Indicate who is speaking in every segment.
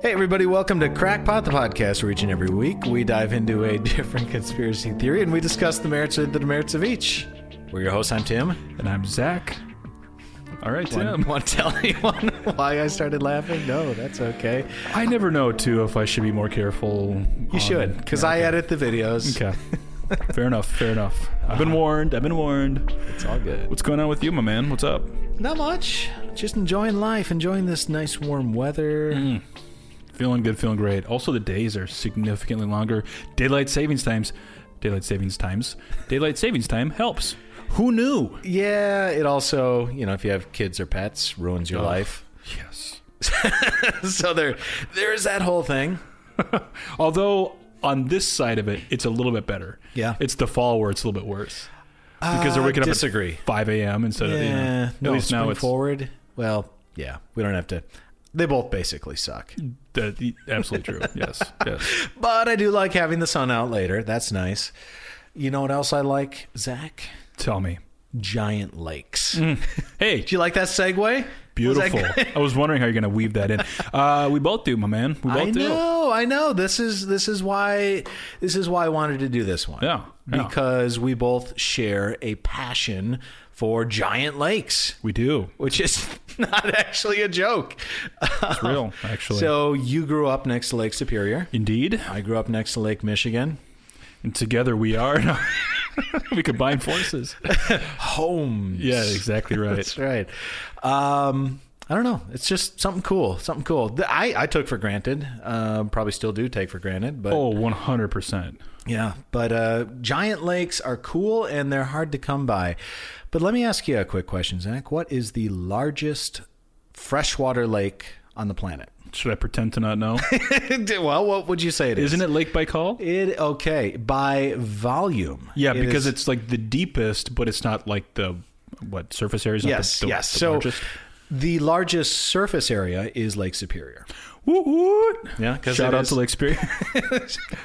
Speaker 1: Hey, everybody, welcome to Crackpot, the podcast where each and every week we dive into a different conspiracy theory and we discuss the merits or the demerits of each. We're your hosts. I'm Tim.
Speaker 2: And I'm Zach. All right, Tim.
Speaker 1: Want to tell anyone why I started laughing? No, that's okay.
Speaker 2: I never know, too, if I should be more careful.
Speaker 1: You should, because I edit the videos.
Speaker 2: Okay. fair enough. Fair enough. I've been warned. I've been warned.
Speaker 1: It's all good.
Speaker 2: What's going on with you, my man? What's up?
Speaker 1: Not much. Just enjoying life, enjoying this nice warm weather.
Speaker 2: Feeling good, feeling great. Also, the days are significantly longer. Daylight savings times. Daylight savings times. Daylight savings time helps. Who knew?
Speaker 1: Yeah, it also, you know, if you have kids or pets, ruins your life.
Speaker 2: Yes.
Speaker 1: so there, there is that whole thing.
Speaker 2: Although on this side of it, it's a little bit better.
Speaker 1: Yeah.
Speaker 2: It's the fall where it's a little bit worse because
Speaker 1: Uh,
Speaker 2: they're waking up
Speaker 1: disagree.
Speaker 2: at 5 a.m. instead of you know,
Speaker 1: Yeah,
Speaker 2: at least now it's
Speaker 1: forward. Well, yeah, we don't have to. They both basically suck.
Speaker 2: that- the- absolutely true. Yes, yes.
Speaker 1: But I do like having the sun out later. That's nice. You know what else I like, Zach?
Speaker 2: Tell me.
Speaker 1: Giant lakes.
Speaker 2: Hey,
Speaker 1: Do you like that segue?
Speaker 2: Mm. beautiful.
Speaker 1: Was that good?
Speaker 2: I was wondering how you're gonna weave that in. Uh, we both do, my man. We both
Speaker 1: I
Speaker 2: do.
Speaker 1: know, I know. This is this is why this is why I wanted to do this one.
Speaker 2: Yeah, yeah.
Speaker 1: Because we both share a passion for giant lakes,
Speaker 2: We do.
Speaker 1: which is not actually a joke.
Speaker 2: It's real, actually.
Speaker 1: Oh, So you grew up next to Lake Superior.
Speaker 2: Indeed.
Speaker 1: I grew up next to Lake Michigan.
Speaker 2: And together we are. we combine forces.
Speaker 1: Homes.
Speaker 2: Yeah, exactly right.
Speaker 1: That's right. Um, I don't know. It's just something cool. Something cool. Th- I, I took for granted. Um, probably still do take for granted. But
Speaker 2: Oh, 100%.
Speaker 1: yeah. But uh, giant lakes are cool and they're hard to come by. But let me ask you a quick question, Zach. What is the largest freshwater lake on the planet?
Speaker 2: Should I pretend to not know?
Speaker 1: well, what would you say it is?
Speaker 2: Isn't it Lake Baikal?
Speaker 1: It okay by volume?
Speaker 2: Yeah, because
Speaker 1: it's.
Speaker 2: it's like the deepest, but it's not like the what surface area is.
Speaker 1: Yes,
Speaker 2: not the, the,
Speaker 1: yes.
Speaker 2: The
Speaker 1: so
Speaker 2: largest.
Speaker 1: the largest surface area is Lake Superior.
Speaker 2: Woot, woot.
Speaker 1: Yeah, 'cause
Speaker 2: shout
Speaker 1: it
Speaker 2: out
Speaker 1: is-
Speaker 2: to Lake Superior.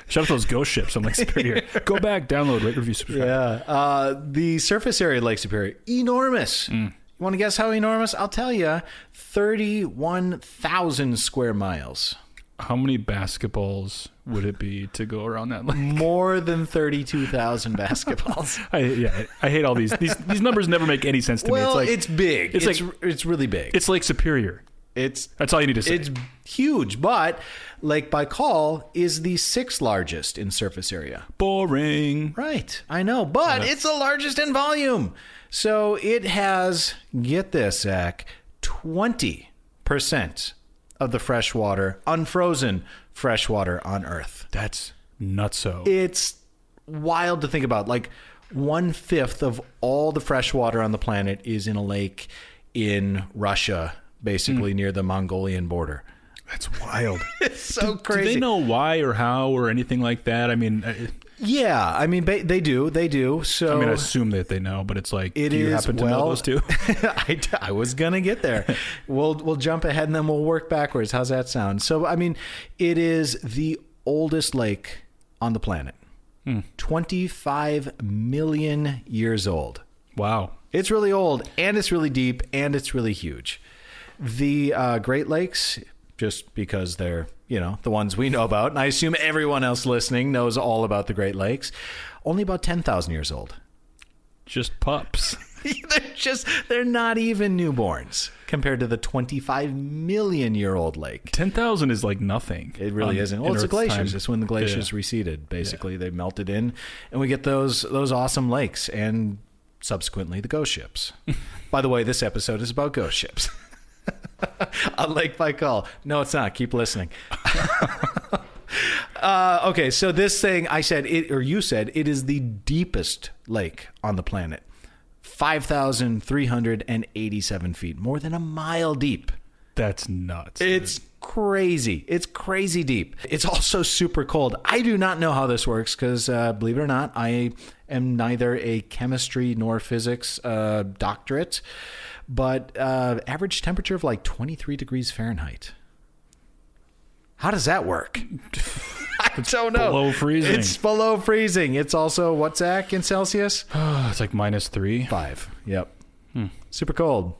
Speaker 2: shout out to those ghost ships on Lake Superior. Go back, download, rate, review, subscribe.
Speaker 1: Yeah. Uh, the surface area of Lake Superior, enormous.
Speaker 2: Mm.
Speaker 1: You want to guess how enormous? I'll tell you 31,000 square miles.
Speaker 2: How many basketballs would it be to go around that lake?
Speaker 1: More than 32,000 basketballs.
Speaker 2: I, yeah, I hate all these. These these numbers never make any sense to
Speaker 1: well,
Speaker 2: me. It's like
Speaker 1: it's big. It's,
Speaker 2: it's
Speaker 1: it's,
Speaker 2: like-
Speaker 1: really big.
Speaker 2: it's Lake Superior.
Speaker 1: it's
Speaker 2: That's all you need to say.
Speaker 1: it's huge, but Lake Baikal is the sixth largest in surface area.
Speaker 2: boring.
Speaker 1: Right. I know, but it's the largest in volume. So it has, get this, Zach, 20% of the freshwater, unfrozen freshwater on Earth.
Speaker 2: That's nutso.
Speaker 1: It's wild to think about. Like one fifth of all the freshwater on the planet is in a lake in Russia, basically near the Mongolian border.
Speaker 2: That's wild.
Speaker 1: It's so
Speaker 2: Do
Speaker 1: crazy.
Speaker 2: they know why or how or anything like that? I mean, I,
Speaker 1: Yeah, I mean ba- they do, they do. So
Speaker 2: I mean, I assume that they know, but it's like,
Speaker 1: It
Speaker 2: do you
Speaker 1: is,
Speaker 2: happen to
Speaker 1: well-
Speaker 2: know those two?
Speaker 1: I, d- I was gonna get there. we'll we'll jump ahead and then we'll work backwards. How's that sound? So I mean, it is the oldest lake on the planet.
Speaker 2: Hmm.
Speaker 1: Twenty five million years old.
Speaker 2: wow.
Speaker 1: It's really old, and it's really deep, and it's really huge. The uh, Great Lakes, just because they're you know the ones we know about, and I assume everyone else listening knows all about the Great Lakes, only about ten thousand years old.
Speaker 2: Just pups.
Speaker 1: they're just they're not even newborns compared to the 25 million year old lake
Speaker 2: 10,000 is like nothing.
Speaker 1: it really
Speaker 2: on-
Speaker 1: isn't
Speaker 2: in
Speaker 1: well it's the
Speaker 2: Earth's
Speaker 1: glaciers
Speaker 2: time.
Speaker 1: it's when the glaciers
Speaker 2: Yeah.
Speaker 1: receded basically they melted in and we get those those awesome lakes and subsequently the ghost ships by the way this episode is about ghost ships on lake baikal no it's not keep listening uh, okay so this thing i said it or you said it is the deepest lake on the planet 5387 feet more than a mile deep
Speaker 2: That's nuts.
Speaker 1: it's crazy. It's crazy deep. It's also super cold. I do not know how this works because, uh, believe it or not, I am neither a chemistry nor physics uh, doctorate, but uh, average temperature of like 23 degrees Fahrenheit. How does that work? I don't know.
Speaker 2: below freezing.
Speaker 1: It's below freezing. It's also what's that in Celsius?
Speaker 2: it's like minus three.
Speaker 1: Five. Yep. Super cold.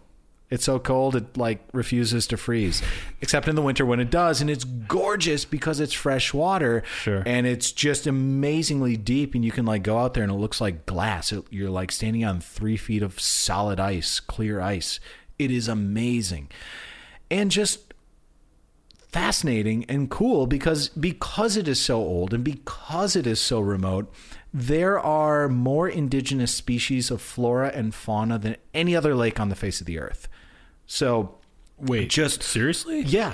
Speaker 1: It's so cold it like refuses to freeze, except in the winter when it does, and it's gorgeous because it's fresh water.
Speaker 2: Sure.
Speaker 1: And it's just amazingly deep, and you can like go out there and it looks like glass. It, you're like standing on three feet of solid ice, clear ice. It is amazing, and just fascinating and cool because because it is so old and because it is so remote there are more indigenous species of flora and fauna than any other lake on the face of the earth so
Speaker 2: Wait,
Speaker 1: Just-
Speaker 2: seriously?
Speaker 1: yeah